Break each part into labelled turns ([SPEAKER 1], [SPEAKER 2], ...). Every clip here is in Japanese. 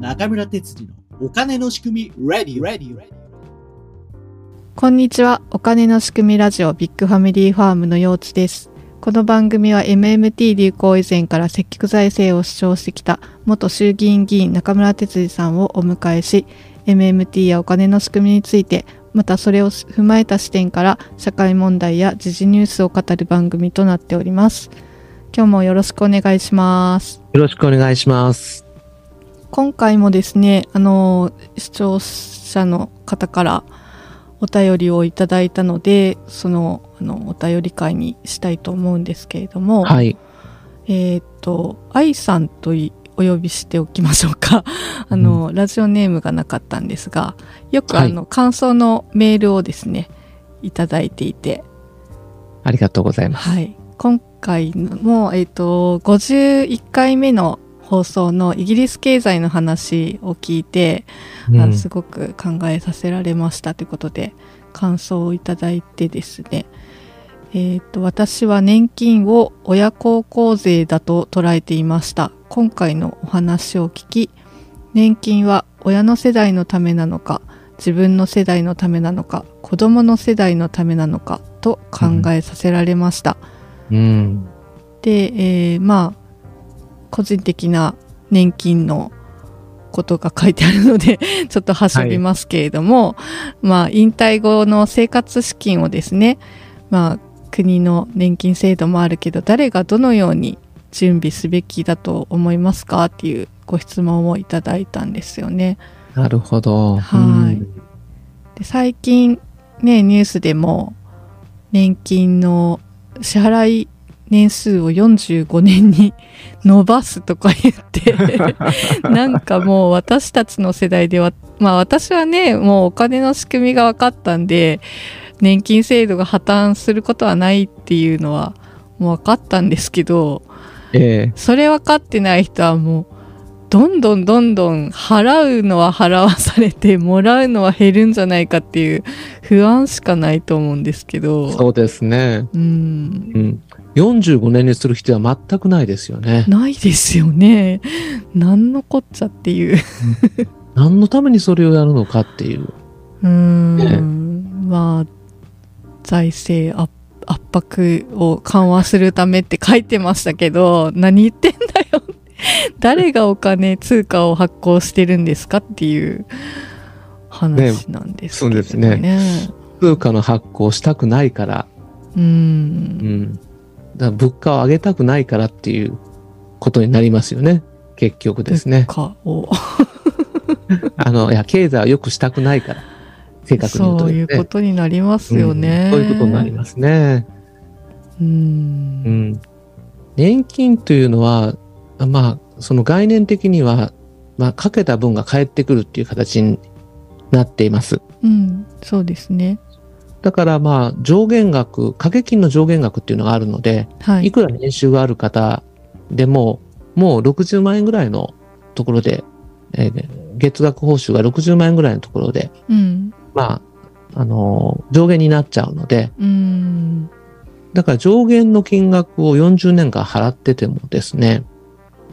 [SPEAKER 1] 中村哲次のお金の仕組み Radio, Radio
[SPEAKER 2] こんにちは。お金の仕組みラジオビッグファミリーファームのようちです。この番組は MMT 流行以前から積極財政を主張してきた元衆議院議員中村哲司さんをお迎えし、MMT やお金の仕組みについて、またそれを踏まえた視点から社会問題や時事ニュースを語る番組となっております。今日もよろしくお願いします。
[SPEAKER 3] よろしくお願いします。
[SPEAKER 2] 今回もですね、あの、視聴者の方からお便りをいただいたので、その、あの、お便り会にしたいと思うんですけれども、
[SPEAKER 3] はい。
[SPEAKER 2] えーっと、愛さんといお呼びしておきましょうか。 あの、ラジオネームがなかったんですが、よくあの、感想のメールをですね、いただいていて、
[SPEAKER 3] ありがとうございます。
[SPEAKER 2] はい。今回も、えっ、と、51回目の放送のイギリス経済の話を聞いて、
[SPEAKER 3] うん
[SPEAKER 2] あのすごく考えさせられましたということで、感想をいただいてですね、えっ、と、私は年金を親孝行税だと捉えていました。今回のお話を聞き、年金は親の世代のためなのか、自分の世代のためなのか、子供の世代のためなのかと考えさせられました。
[SPEAKER 3] うん。
[SPEAKER 2] で、えーまあ個人的な年金のことが書いてあるので ちょっとはしょりますけれども、まあ引退後の生活資金をですねまあ国の年金制度もあるけど誰がどのように準備すべきだと思いますかっていうご質問をいただいたんですよね。
[SPEAKER 3] なるほど。
[SPEAKER 2] はい
[SPEAKER 3] うん
[SPEAKER 2] で最近ねニュースでも年金の支払い年数を45年に伸ばすとか言ってなんかもう私たちの世代ではまあ私はねもうお金の仕組みが分かったんで年金制度が破綻することはないっていうのはもう分かったんですけど
[SPEAKER 3] え
[SPEAKER 2] それ分かってない人はもうどんどんどんどん払うのは払わされてもらうのは減るんじゃないかっていう不安しかないと思うんですけ
[SPEAKER 3] え
[SPEAKER 2] ど
[SPEAKER 3] そうですね。
[SPEAKER 2] うん
[SPEAKER 3] うん。45年にする必要は全くないですよね。
[SPEAKER 2] ないですよね何のこっちゃっていう
[SPEAKER 3] 何のためにそれをやるのかっていう。
[SPEAKER 2] うん、まあ財政圧圧迫を緩和するためって書いてましたけど何言ってんだよ 誰がお金通貨を発行してるんですかっていう話なんですけどね
[SPEAKER 3] ねそうです通貨の発行したくないから、
[SPEAKER 2] う
[SPEAKER 3] うんん。だから物価を上げたくないからっていうことになりますよね。結局ですね。
[SPEAKER 2] かを
[SPEAKER 3] あの、いや、経済を良くしたくないから。正確に言う
[SPEAKER 2] そ
[SPEAKER 3] と
[SPEAKER 2] う
[SPEAKER 3] です
[SPEAKER 2] い
[SPEAKER 3] ね。
[SPEAKER 2] うことになりますよね、
[SPEAKER 3] うんそういうことになりますね。
[SPEAKER 2] う
[SPEAKER 3] うんん、年金というのは、あまあ、その概念的には、まあ、かけた分が返ってくるっていう形になっています。
[SPEAKER 2] うんそうですね
[SPEAKER 3] だから、まあ、上限額、掛け金の上限額っていうのがあるので、
[SPEAKER 2] はいい
[SPEAKER 3] くら年収がある方でも、もう60万円ぐらいのところで、えー月額報酬が60万円ぐらいのところで、
[SPEAKER 2] うん
[SPEAKER 3] まあ、あのー上限になっちゃうので、
[SPEAKER 2] うん
[SPEAKER 3] だから上限の金額を40年間払っててもですね、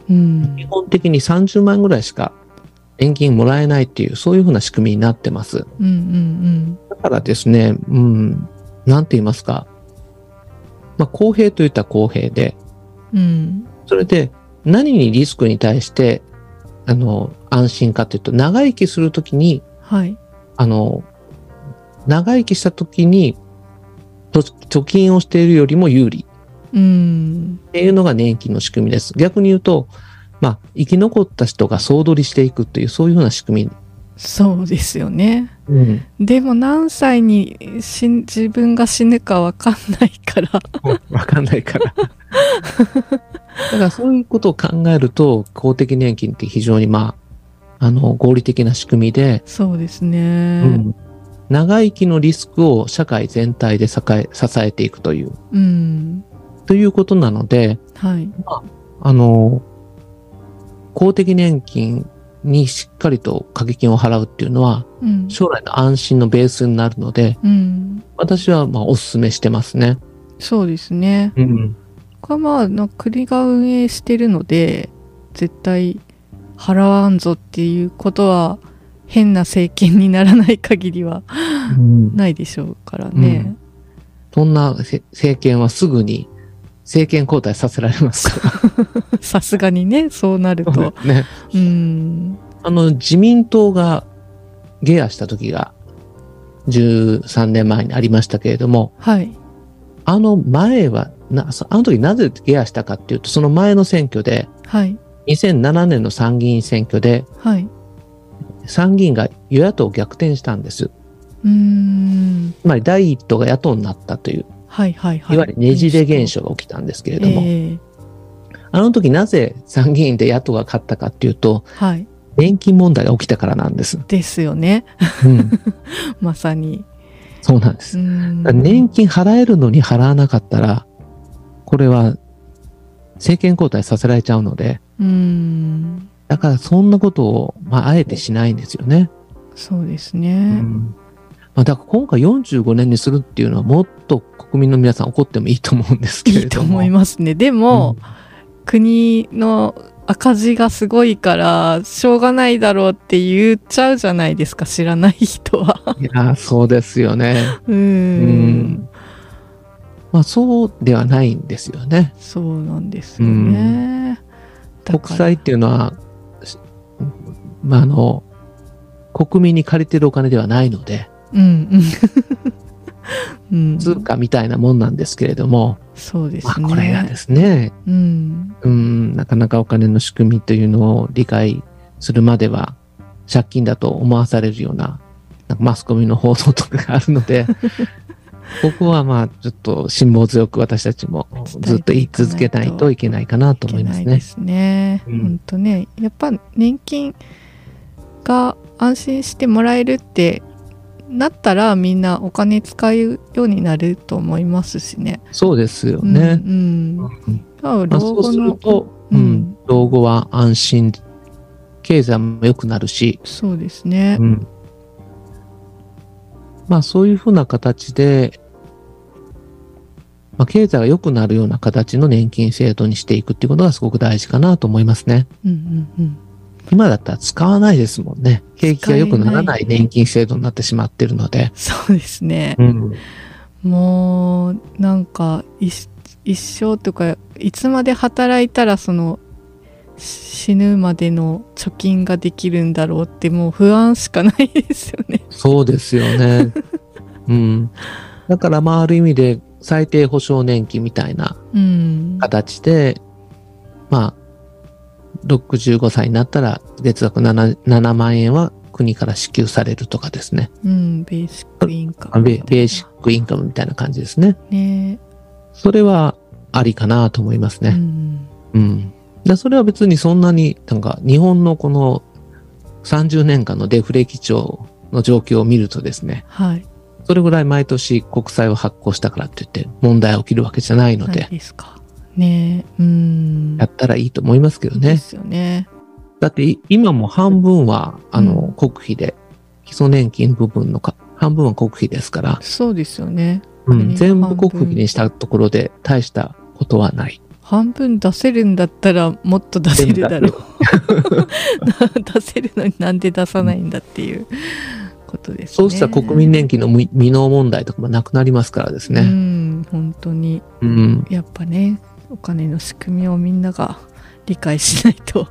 [SPEAKER 2] うん
[SPEAKER 3] 基本的に30万円ぐらいしか年金もらえないっていう、そういうふうな仕組みになってます。
[SPEAKER 2] うんうん
[SPEAKER 3] だからですね、うん、なんて言いますか。まあ、公平といったら公平で、
[SPEAKER 2] うんうん
[SPEAKER 3] それで何にリスクに対して、あの、安心かというと、長生きするときに、
[SPEAKER 2] はい
[SPEAKER 3] あの、長生きしたときに、と貯金をしているよりも有利
[SPEAKER 2] うん
[SPEAKER 3] っていうのが年金の仕組みです。逆に言うと、まあ、生き残った人が総取りしていくっていう、そういうふうな仕組み
[SPEAKER 2] そうですよね。
[SPEAKER 3] うん、
[SPEAKER 2] でも何歳に死ん自分が死ぬかわかんないから。
[SPEAKER 3] わかんないから。 だからそういうことを考えると、公的年金って非常にまあ、あの、合理的な仕組みで、
[SPEAKER 2] そうです
[SPEAKER 3] う
[SPEAKER 2] ね。
[SPEAKER 3] ん長生きのリスクを社会全体で支え支えていくという、
[SPEAKER 2] うん。
[SPEAKER 3] ということなので、
[SPEAKER 2] はい。
[SPEAKER 3] あの、公的年金にしっかりと掛け金を払うっていうのは、
[SPEAKER 2] うん。
[SPEAKER 3] 将来の安心のベースになるので、
[SPEAKER 2] うん。
[SPEAKER 3] 私はまあお勧めしてますね。
[SPEAKER 2] そうですね。
[SPEAKER 3] うん。
[SPEAKER 2] これはまあ、なんか国が運営してるので、絶対払わんぞっていうことは変な政権にならない限りは
[SPEAKER 3] うん
[SPEAKER 2] ないでしょうからね。
[SPEAKER 3] そんなせ政権はすぐに政権交代させられますか
[SPEAKER 2] さすがにね、そうなる
[SPEAKER 3] ら
[SPEAKER 2] と。
[SPEAKER 3] ね。
[SPEAKER 2] うん。
[SPEAKER 3] あの、自民党がゲアした時が13年前にありましたけれども、
[SPEAKER 2] はい。
[SPEAKER 3] あの前は、なそあの時なぜゲアしたかっていうと、その前の選挙で、
[SPEAKER 2] はい。
[SPEAKER 3] 2007年の参議院選挙で、
[SPEAKER 2] はい。
[SPEAKER 3] 参議院が与野党を逆転したんです。
[SPEAKER 2] うーん。
[SPEAKER 3] つまり第一党が野党になったという、
[SPEAKER 2] はいはいはい。
[SPEAKER 3] いわゆるねじれ現
[SPEAKER 2] 象
[SPEAKER 3] 象が起きたんですけれ
[SPEAKER 2] け
[SPEAKER 3] ども、
[SPEAKER 2] ええ
[SPEAKER 3] あの時なぜ参議院で野党が勝ったかっていうと、
[SPEAKER 2] はい。
[SPEAKER 3] 年金問題が起きたからなんです。
[SPEAKER 2] ですよね。
[SPEAKER 3] うん、
[SPEAKER 2] まさに。
[SPEAKER 3] そうなんです
[SPEAKER 2] う。ん
[SPEAKER 3] だから年金払えるのに払わなかったら、これは政権交代させられちゃうので、
[SPEAKER 2] うん。
[SPEAKER 3] だからそんなことを、まあ、あえてしないんですよね。
[SPEAKER 2] そうです
[SPEAKER 3] う
[SPEAKER 2] ね。
[SPEAKER 3] んまあ、だから今回45年にするっていうのはもっと国民の皆さん怒ってもいいと思うんですけ
[SPEAKER 2] い
[SPEAKER 3] れ
[SPEAKER 2] いと
[SPEAKER 3] ど
[SPEAKER 2] 思
[SPEAKER 3] も。
[SPEAKER 2] いますね。でも、
[SPEAKER 3] うん
[SPEAKER 2] 国の赤字がすごいから、しょうがないだろうって言っちゃうじゃないですか、知らない人は。
[SPEAKER 3] いやー、そうですよね。
[SPEAKER 2] うー
[SPEAKER 3] うんん。まあそうではないんですよね。
[SPEAKER 2] そうなんですよね。だ
[SPEAKER 3] 国
[SPEAKER 2] から
[SPEAKER 3] 債っていうのは、しまああの、国民に借りてるお金ではないので、
[SPEAKER 2] うん うんうん。
[SPEAKER 3] 通貨みたいなもんなんですけれども、
[SPEAKER 2] そうです
[SPEAKER 3] ま
[SPEAKER 2] ね。
[SPEAKER 3] あこれがですね、
[SPEAKER 2] うん。
[SPEAKER 3] うん、なかなかお金の仕組みというのを理解するまでは、借金だと思わされるような、なんかマスコミの報道とかがあるの で、ここはまあ、ちょっと辛抱強く私たちもずっと言い続けないといけないかなと思います
[SPEAKER 2] いけない
[SPEAKER 3] ね
[SPEAKER 2] で。すね。
[SPEAKER 3] うん
[SPEAKER 2] 本当ね、やっぱ年金が安心してもらえるってなったらみんなお金使うようになると思いますしね。
[SPEAKER 3] そうですよね。
[SPEAKER 2] うん、うん。あ
[SPEAKER 3] まあ、
[SPEAKER 2] 老
[SPEAKER 3] そう
[SPEAKER 2] 後
[SPEAKER 3] する
[SPEAKER 2] の
[SPEAKER 3] と、
[SPEAKER 2] う
[SPEAKER 3] うんん、老後は安心、経済も良くなるし、
[SPEAKER 2] そうですね
[SPEAKER 3] う。ん、まあそういうふうな形で、まあ、経済が良くなるような形の年金制度にしていくっていうことがすごく大事かなと思いますね。
[SPEAKER 2] うんうんうん。
[SPEAKER 3] 今だったら使わないですもんね。景気が良くならな
[SPEAKER 2] 使え
[SPEAKER 3] い
[SPEAKER 2] ない
[SPEAKER 3] 年金制度になってしまってるので。
[SPEAKER 2] そうですね。
[SPEAKER 3] うん、
[SPEAKER 2] もうなんか一一生とかいつまで働いたらその死ぬまでの貯金ができるんだろうってもう不安しかないですよね。
[SPEAKER 3] そうですよね。うん。だからまあある意味で最低保障年金みたいな
[SPEAKER 2] うん。
[SPEAKER 3] 形で、まあ、65歳になったら月額 7, 7万円は国から支給されるとかですね。
[SPEAKER 2] うん、ベーシックインカ
[SPEAKER 3] ベ
[SPEAKER 2] ム。
[SPEAKER 3] ベーシックインカムみたいな感じですね。
[SPEAKER 2] ね。
[SPEAKER 3] それはありかなと思います
[SPEAKER 2] う
[SPEAKER 3] ね。
[SPEAKER 2] ん。
[SPEAKER 3] うん。でそれは別にそんなに、なんか日本のこの30年間のデフレ基調の状況を見るとですね、
[SPEAKER 2] はい。
[SPEAKER 3] それぐらい毎年国債を発行したからって言って問題が起きるわけじゃないの
[SPEAKER 2] な
[SPEAKER 3] で、
[SPEAKER 2] いですか。ねうん。
[SPEAKER 3] やったらいいと思いますけどね
[SPEAKER 2] で。すよね。
[SPEAKER 3] だってい今も半分は、あ
[SPEAKER 2] う
[SPEAKER 3] の、国費で、基礎年金部分のか、半分は国費ですから、
[SPEAKER 2] そうですよね。
[SPEAKER 3] うん
[SPEAKER 2] 国
[SPEAKER 3] 全部
[SPEAKER 2] 半
[SPEAKER 3] 国
[SPEAKER 2] 分
[SPEAKER 3] 費にしたところで大したことはない。
[SPEAKER 2] 半分出せるんだったらもっと出せるだろう。 出せるのになんで出さないんだっていうことですね。
[SPEAKER 3] そうしたら国民年金の未未納問題とかもなくなりますからです
[SPEAKER 2] う
[SPEAKER 3] ね。
[SPEAKER 2] ん、本当に。
[SPEAKER 3] うん。
[SPEAKER 2] やっぱね、お金の仕組みをみんなが理解しないと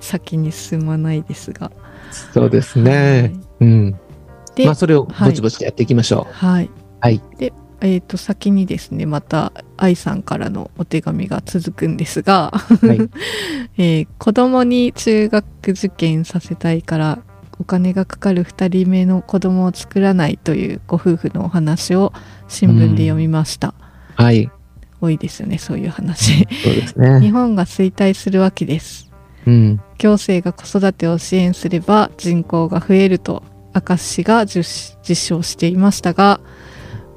[SPEAKER 2] 先に進まないですが。
[SPEAKER 3] そうですね。うん。
[SPEAKER 2] で
[SPEAKER 3] まあ、それをぼちぼちやっていきましょう。
[SPEAKER 2] はい。
[SPEAKER 3] はい。
[SPEAKER 2] で、えっ、と、先にですね、また愛さんからのお手紙が続くんですが、
[SPEAKER 3] はい。
[SPEAKER 2] えー子供に中学受験させたいからお金がかかる2人目の子供を作らないというご夫婦のお話を新聞で読みました、
[SPEAKER 3] はい。
[SPEAKER 2] 多いですよねそういう 話
[SPEAKER 3] そうです
[SPEAKER 2] 日
[SPEAKER 3] ね。
[SPEAKER 2] 本が衰退するわけです
[SPEAKER 3] うん。
[SPEAKER 2] 行政が子育てを支援すれば人口が増えると明石市が実実証していましたが、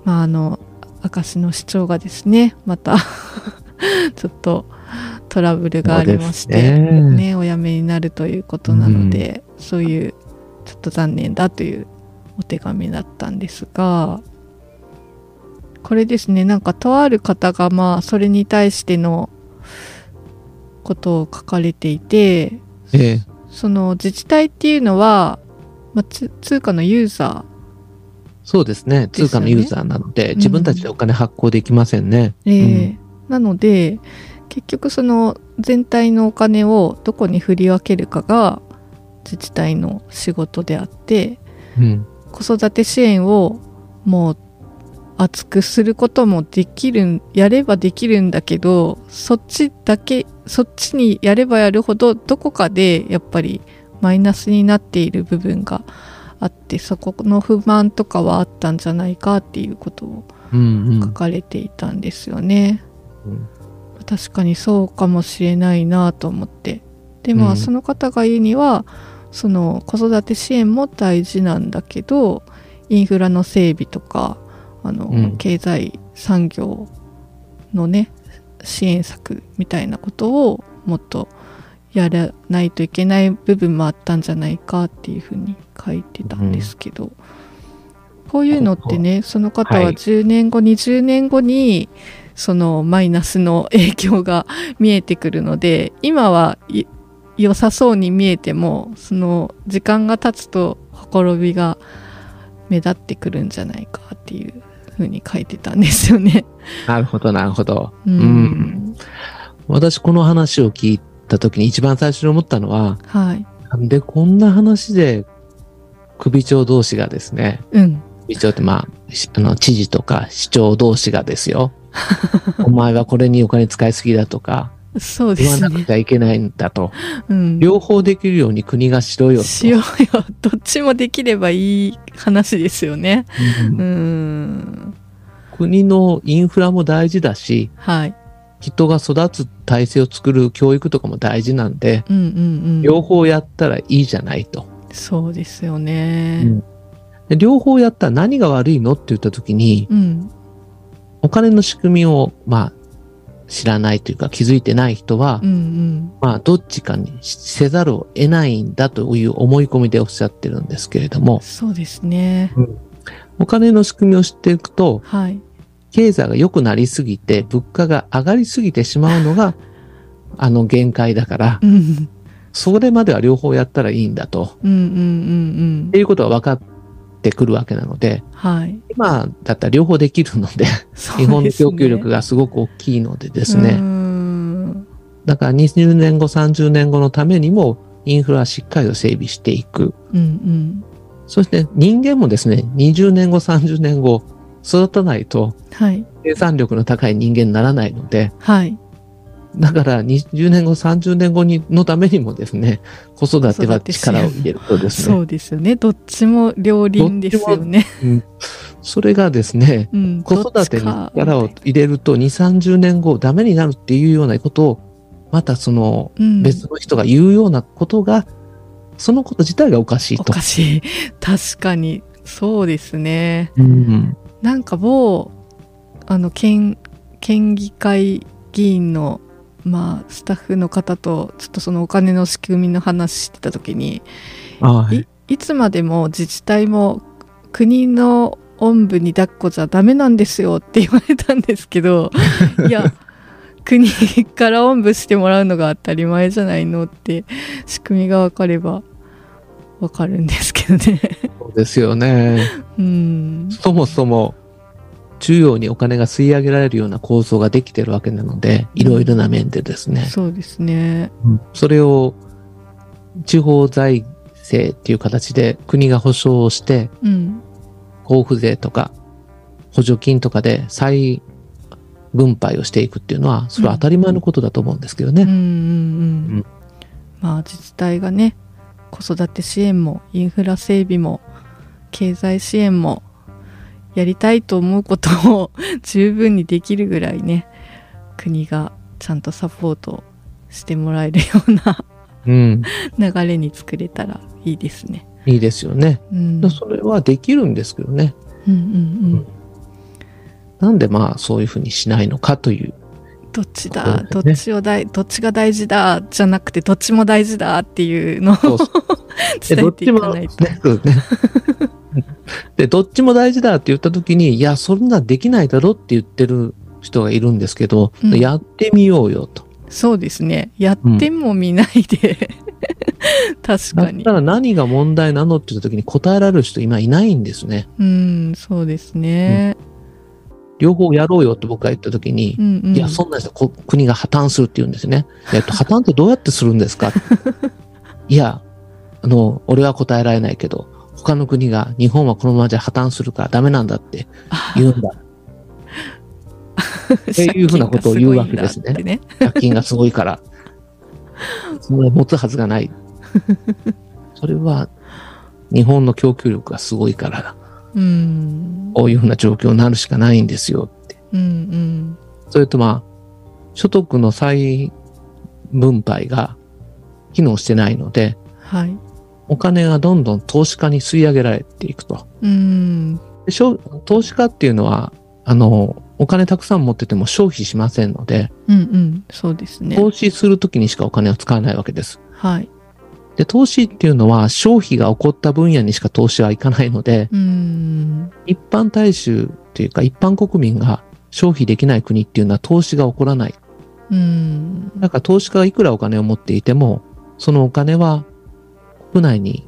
[SPEAKER 2] まあ、あの明石の市長がですねまた ちょっとトラブルがありまして、
[SPEAKER 3] そうですね
[SPEAKER 2] ね、お辞めになるということなので、そういうちょっと残念だというお手紙だったんですがこれですねなんかとある方がまあそれに対してのことを書かれていて
[SPEAKER 3] ええ
[SPEAKER 2] その自治体っていうのは、まあ、つ通貨のユーザ
[SPEAKER 3] そうですね。
[SPEAKER 2] ですよね
[SPEAKER 3] 通貨のユーザーなので、
[SPEAKER 2] ん
[SPEAKER 3] 自分たちでお金発行できませんね。
[SPEAKER 2] ー、えーなので結局その全体のお金をどこに振り分けるかが自治体の仕事であって
[SPEAKER 3] うんうん。
[SPEAKER 2] 子育て支援をもう厚くすることもできるんやればできるんだけどそっちだけそっちにやればやるほどどこかでやっぱりマイナスになっている部分があってそこの不満とかはあったんじゃないかっていうことを
[SPEAKER 3] うんう
[SPEAKER 2] 書
[SPEAKER 3] ん。
[SPEAKER 2] かれていたんですよね。
[SPEAKER 3] うん
[SPEAKER 2] 確かにそうかもしれないなと思って。でまあ、
[SPEAKER 3] うん
[SPEAKER 2] その方が言うにはその子育て支援も大事なんだけどインフラの整備とかあの、
[SPEAKER 3] うん
[SPEAKER 2] 経済産業のね支援策みたいなことをもっとやらないといけない部分もあったんじゃないかっていうふうに書いてたんですけど、こういうのってねその方は
[SPEAKER 3] はい
[SPEAKER 2] 10年後、20年後にそのマイナスの影響が 見えてくるので今はい良さそうに見えてもその時間が経つとほころびが目立ってくるんじゃないかっていうふうに書いてたんですよ ね。
[SPEAKER 3] なるほど、なるほど。
[SPEAKER 2] うん
[SPEAKER 3] うん私、この話を聞いた時に一番最初に思ったのは、
[SPEAKER 2] はい。
[SPEAKER 3] なんでこんな話で首長同士がですね、
[SPEAKER 2] うん。
[SPEAKER 3] 首長ってまあ、しあの、知事とか市長同士がです よ。お前はこれにお金使いすぎだとか、
[SPEAKER 2] そうで
[SPEAKER 3] 言わ
[SPEAKER 2] す
[SPEAKER 3] なく
[SPEAKER 2] ね。
[SPEAKER 3] ちゃいけないんだと。
[SPEAKER 2] うん。
[SPEAKER 3] 両方できるように国がしろよと。
[SPEAKER 2] しようよ。どっちもできればいい話ですよね。
[SPEAKER 3] うん
[SPEAKER 2] うん。
[SPEAKER 3] 国のインフラも大事だし、
[SPEAKER 2] はい。
[SPEAKER 3] 人が育つ体制を作る教育とかも大事なんで、
[SPEAKER 2] うんうんう
[SPEAKER 3] 両方やったらいいじゃないと。
[SPEAKER 2] ん。そうですよね。
[SPEAKER 3] で両方やったら何が悪いのって言った時に、
[SPEAKER 2] うん。
[SPEAKER 3] お金の仕組みを、まあ、知らないというか気づいてない人は、
[SPEAKER 2] うんうん。
[SPEAKER 3] まあ、どっちかにせざるを得ないんだという思い込みでおっしゃってるんですけれども、
[SPEAKER 2] そうですね。
[SPEAKER 3] お金の仕組みを知っていくと、
[SPEAKER 2] はい。
[SPEAKER 3] 経済が良くなりすぎて、物価が上がりすぎてしまうのが、 あの限界だから
[SPEAKER 2] う、ん。
[SPEAKER 3] それまでは両方やったらいいんだと、
[SPEAKER 2] うんうんうん
[SPEAKER 3] っ
[SPEAKER 2] う
[SPEAKER 3] ていうことは分かってくるわけなので、
[SPEAKER 2] ん。はい。
[SPEAKER 3] 今だったら両方できるので、
[SPEAKER 2] そうですね
[SPEAKER 3] 日本の供給力がすごく大きいのでですね、
[SPEAKER 2] うん
[SPEAKER 3] だから20年後、30年後のためにも、インフラはしっかりと整備していく。
[SPEAKER 2] うん
[SPEAKER 3] そして人間もですね、20年後、30年後、育たないと
[SPEAKER 2] うん。はい。
[SPEAKER 3] 生産力の高い人間にならないので、
[SPEAKER 2] はい。
[SPEAKER 3] だから20年後、30年後にのためにもですね、子育ては力を入れることです
[SPEAKER 2] そ
[SPEAKER 3] ね。
[SPEAKER 2] うですよね。どっちも両輪ですよね。
[SPEAKER 3] それがですね、
[SPEAKER 2] うん。
[SPEAKER 3] 子
[SPEAKER 2] どっ
[SPEAKER 3] 育
[SPEAKER 2] ち
[SPEAKER 3] てに
[SPEAKER 2] か
[SPEAKER 3] 力を入れると2、30年後ダメになるっていうようなことを、またその
[SPEAKER 2] うん
[SPEAKER 3] 別の人が言うようなことが、そのこと自体がおかしい
[SPEAKER 2] お
[SPEAKER 3] と。
[SPEAKER 2] かしい。確かに。そうですね。
[SPEAKER 3] うん
[SPEAKER 2] なんか某、あの、県、県議会議員の、まあ、スタッフの方と、ちょっとそのお金の仕組みの話してた時に、
[SPEAKER 3] はい
[SPEAKER 2] いつまでも自治体も国のおんぶに抱っこじゃダメなんですよって言われたんですけ どいや国からおんぶしてもらうのが当たり前じゃないのって仕組みが分かれば分かるんですけどね
[SPEAKER 3] そうですよね。
[SPEAKER 2] うん
[SPEAKER 3] そもそも中央にお金が吸い上げられるような構想ができてるわけなので、いろいろな面でですね、
[SPEAKER 2] そうですね
[SPEAKER 3] それを地方財政っていう形で国が保障をして、
[SPEAKER 2] うん
[SPEAKER 3] 交付税とか補助金とかで再分配をしていくっていうのは、それは当たり前のことだと思うんですけどね。
[SPEAKER 2] うんうんうん、
[SPEAKER 3] うん
[SPEAKER 2] まあ自治体がね子育て支援もインフラ整備も経済支援もやりたいと思うことを十分にできるぐらいね国がちゃんとサポートしてもらえるような
[SPEAKER 3] うん。
[SPEAKER 2] 流れに作れたらいいですね。
[SPEAKER 3] いいですよね。
[SPEAKER 2] うん、
[SPEAKER 3] それはできるんですけどね。
[SPEAKER 2] うんうん
[SPEAKER 3] なんでまあそういうふうにしないのかという。
[SPEAKER 2] うん、どっち
[SPEAKER 3] そう
[SPEAKER 2] だ、
[SPEAKER 3] です
[SPEAKER 2] ど
[SPEAKER 3] ね
[SPEAKER 2] っちをだいどっちが大事だじゃなくてどっちも大事だっていうのを
[SPEAKER 3] そう
[SPEAKER 2] 伝えていかないと。
[SPEAKER 3] ね、そうですね で、どっちも大事だって言った時に、いや、そんなできないだろって言ってる人がいるんですけど、
[SPEAKER 2] うん
[SPEAKER 3] やってみようよと。
[SPEAKER 2] そうですね。やっても見ないで、確
[SPEAKER 3] だ
[SPEAKER 2] か
[SPEAKER 3] っ
[SPEAKER 2] に
[SPEAKER 3] た。ら何が問題なのって言った時に答えられる人今いないんですね。
[SPEAKER 2] うん、そうですね。
[SPEAKER 3] 両方やろうよって僕が言った時に、
[SPEAKER 2] うんうん。
[SPEAKER 3] いや、そんな人、こ国が破綻するって言うんですね。えっと、破綻ってどうやってするんで すかいや、あの、俺は答えられないけど、他の国が日本はこのままじゃ破綻するからダメなんだって言うんだ。っていうふうなことを言うわけですね
[SPEAKER 2] 借金がごいんだって
[SPEAKER 3] 借金がすごいから。そんな持つはずがない。それは、日本の供給力がすごいからだ。
[SPEAKER 2] うん。
[SPEAKER 3] こういうふうな状況になるしかないんですよって。
[SPEAKER 2] うんうん。
[SPEAKER 3] それとまあ、所得の再分配が機能してないので、
[SPEAKER 2] はい。
[SPEAKER 3] お金がどんどん投資家に吸い上げられていくと。
[SPEAKER 2] うん。
[SPEAKER 3] でしょ投資家っていうのは、あの、お金たくさん持ってても消費しませんので、
[SPEAKER 2] うんうん。そうですね。
[SPEAKER 3] 投資するときにしかお金を使わないわけです。
[SPEAKER 2] はい。
[SPEAKER 3] で、投資っていうのは消費が起こった分野にしか投資はいかないので、
[SPEAKER 2] うん。
[SPEAKER 3] 一般大衆というか一般国民が消費できない国っていうのは投資が起こらない。
[SPEAKER 2] うん。
[SPEAKER 3] だから投資家がいくらお金を持っていても、そのお金は国内に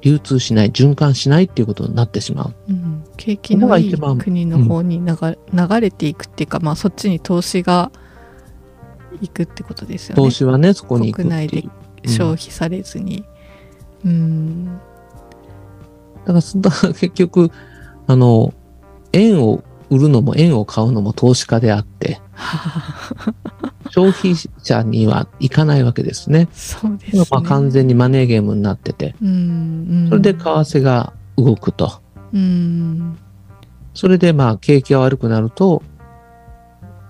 [SPEAKER 3] 流通しない、循環しないっていうことになってしまう。
[SPEAKER 2] うん景気のいい
[SPEAKER 3] ここが一番
[SPEAKER 2] 国の方に流れ流れていくっていうか、まあそっちに投資が行くってことですよね。
[SPEAKER 3] 投資はね、そこに行く
[SPEAKER 2] 国
[SPEAKER 3] っ
[SPEAKER 2] 内
[SPEAKER 3] てい
[SPEAKER 2] で
[SPEAKER 3] う。うん
[SPEAKER 2] 消費されずに。うん。
[SPEAKER 3] だから そんな、結局、あの、円を売るのも円を買うのも投資家であって、消費者には行かないわけですね。
[SPEAKER 2] そうですね。
[SPEAKER 3] まあ完全にマネーゲームになってて、
[SPEAKER 2] うんうん。
[SPEAKER 3] それで為替が動くと。
[SPEAKER 2] うん。
[SPEAKER 3] それでまあ景気が悪くなると、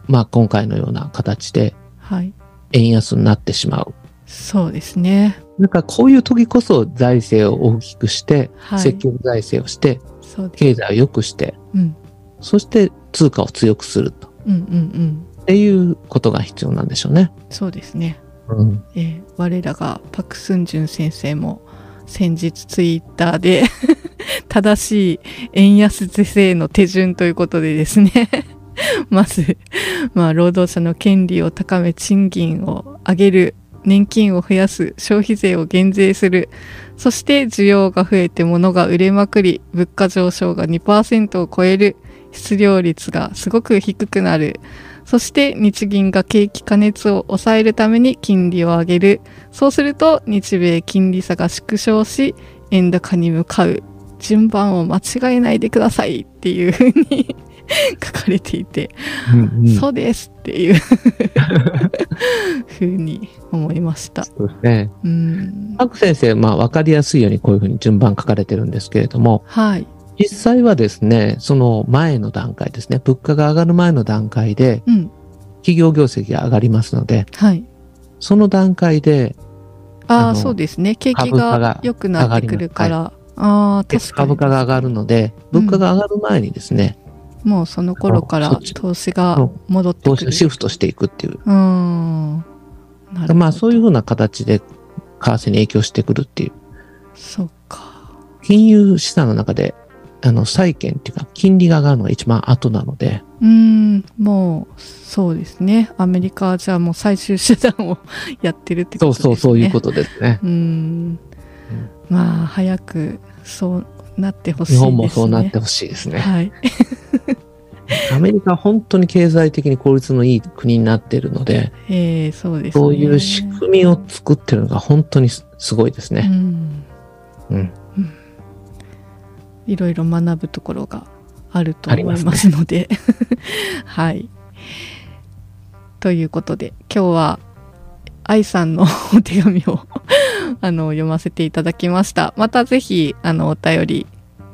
[SPEAKER 3] まあ今回のような形で
[SPEAKER 2] はい。
[SPEAKER 3] 円安になってしまう。
[SPEAKER 2] そうですね。
[SPEAKER 3] なんかこういう時こそ財政を大きくして、
[SPEAKER 2] はい。
[SPEAKER 3] 積極財政をして、
[SPEAKER 2] そうです。
[SPEAKER 3] 経済を良くして、
[SPEAKER 2] うん。
[SPEAKER 3] そして通貨を強くすると。
[SPEAKER 2] うんうんうん。
[SPEAKER 3] っていうことが必要なんでしょうね。
[SPEAKER 2] そうですね。
[SPEAKER 3] うん。
[SPEAKER 2] えー我らがパク・スンジュン先生も先日ツイッターで 正しい円安是正の手順ということでですね まず、まあ、労働者の権利を高め賃金を上げる年金を増やす消費税を減税するそして需要が増えて物が売れまくり物価上昇が2%を超える失業率がすごく低くなるそして日銀が景気過熱を抑えるために金利を上げる。そうすると日米金利差が縮小し、円高に向かう。順番を間違えないでくださいっていうふうに 書かれていて、そうですっていうふうに思いました。
[SPEAKER 3] そうですね。
[SPEAKER 2] うん。
[SPEAKER 3] パク先生、まあ分かりやすいようにこういうふうに順番書かれてるんですけれども、
[SPEAKER 2] はい。
[SPEAKER 3] 実際はですね、その前の段階ですね、物価が上がる前の段階で、
[SPEAKER 2] うん。
[SPEAKER 3] 企業業績が上がりますので、
[SPEAKER 2] はい。
[SPEAKER 3] その段階で
[SPEAKER 2] あ
[SPEAKER 3] あ
[SPEAKER 2] あ、
[SPEAKER 3] の
[SPEAKER 2] そうですね。景気
[SPEAKER 3] 株価
[SPEAKER 2] が
[SPEAKER 3] が
[SPEAKER 2] 良くなってくるから。ああ、確かに。
[SPEAKER 3] 株価が上がるので、物価が上がる前にですね、
[SPEAKER 2] もうその頃か
[SPEAKER 3] そ
[SPEAKER 2] ら
[SPEAKER 3] っち
[SPEAKER 2] 投資が戻って
[SPEAKER 3] 投
[SPEAKER 2] く
[SPEAKER 3] 資
[SPEAKER 2] る
[SPEAKER 3] が。シフトしていくっていう
[SPEAKER 2] うーん。なるほど
[SPEAKER 3] まあそういうふうな形で為替に影響してくるっていう。
[SPEAKER 2] そうか。
[SPEAKER 3] 金融資産の中で、あの、債券っていうか、金利が上がるのが一番後なので、
[SPEAKER 2] うーん、もう、そうですね。アメリカはじゃあもう最終手段をやってるってこと
[SPEAKER 3] そう
[SPEAKER 2] ですね。。
[SPEAKER 3] そう、そういうこととですね。
[SPEAKER 2] うーん。まあ、早く、そうなってほしい
[SPEAKER 3] 日
[SPEAKER 2] ですね。
[SPEAKER 3] 本もそうなってほしいですね。
[SPEAKER 2] はい。
[SPEAKER 3] アメリカは本当に経済的に効率のいい国になっているので、
[SPEAKER 2] ええそうですね。
[SPEAKER 3] そういう仕組みを作ってるのが本当にすすごいです
[SPEAKER 2] う
[SPEAKER 3] ね。
[SPEAKER 2] ん。
[SPEAKER 3] うん。
[SPEAKER 2] いろいろ学ぶところがあると
[SPEAKER 3] あり
[SPEAKER 2] 思
[SPEAKER 3] ま
[SPEAKER 2] い
[SPEAKER 3] すね
[SPEAKER 2] ますので。 はい。ということで、今日は愛さんのお手紙を あの読ませていただきました。またぜひ、あの、お便り、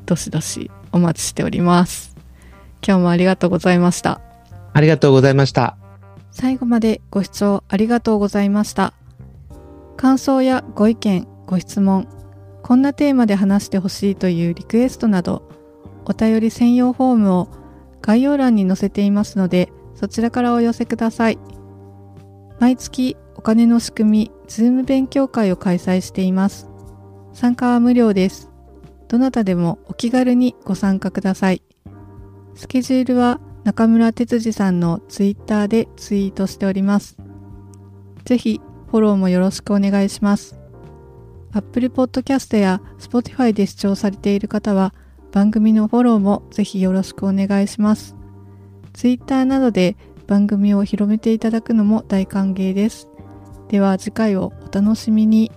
[SPEAKER 2] どしどしお待ちしております。今日もありがとうございました。
[SPEAKER 3] ありがとうございました。
[SPEAKER 2] 最後までご視聴ありがとうございました。感想やご意見、ご質問、こんなテーマで話してほしいというリクエストなど、お便り専用フォームを概要欄に載せていますので、そちらからお寄せください。毎月お金の仕組み、Zoom 勉強会を開催しています。参加は無料です。どなたでもお気軽にご参加ください。スケジュールは中村哲司さんのツイッターでツイートしております。ぜひフォローもよろしくお願いします。Apple Podcast や Spotify で視聴されている方は、番組のフォローもぜひよろしくお願いします。Twitter などで番組を広めていただくのも大歓迎です。では次回をお楽しみに。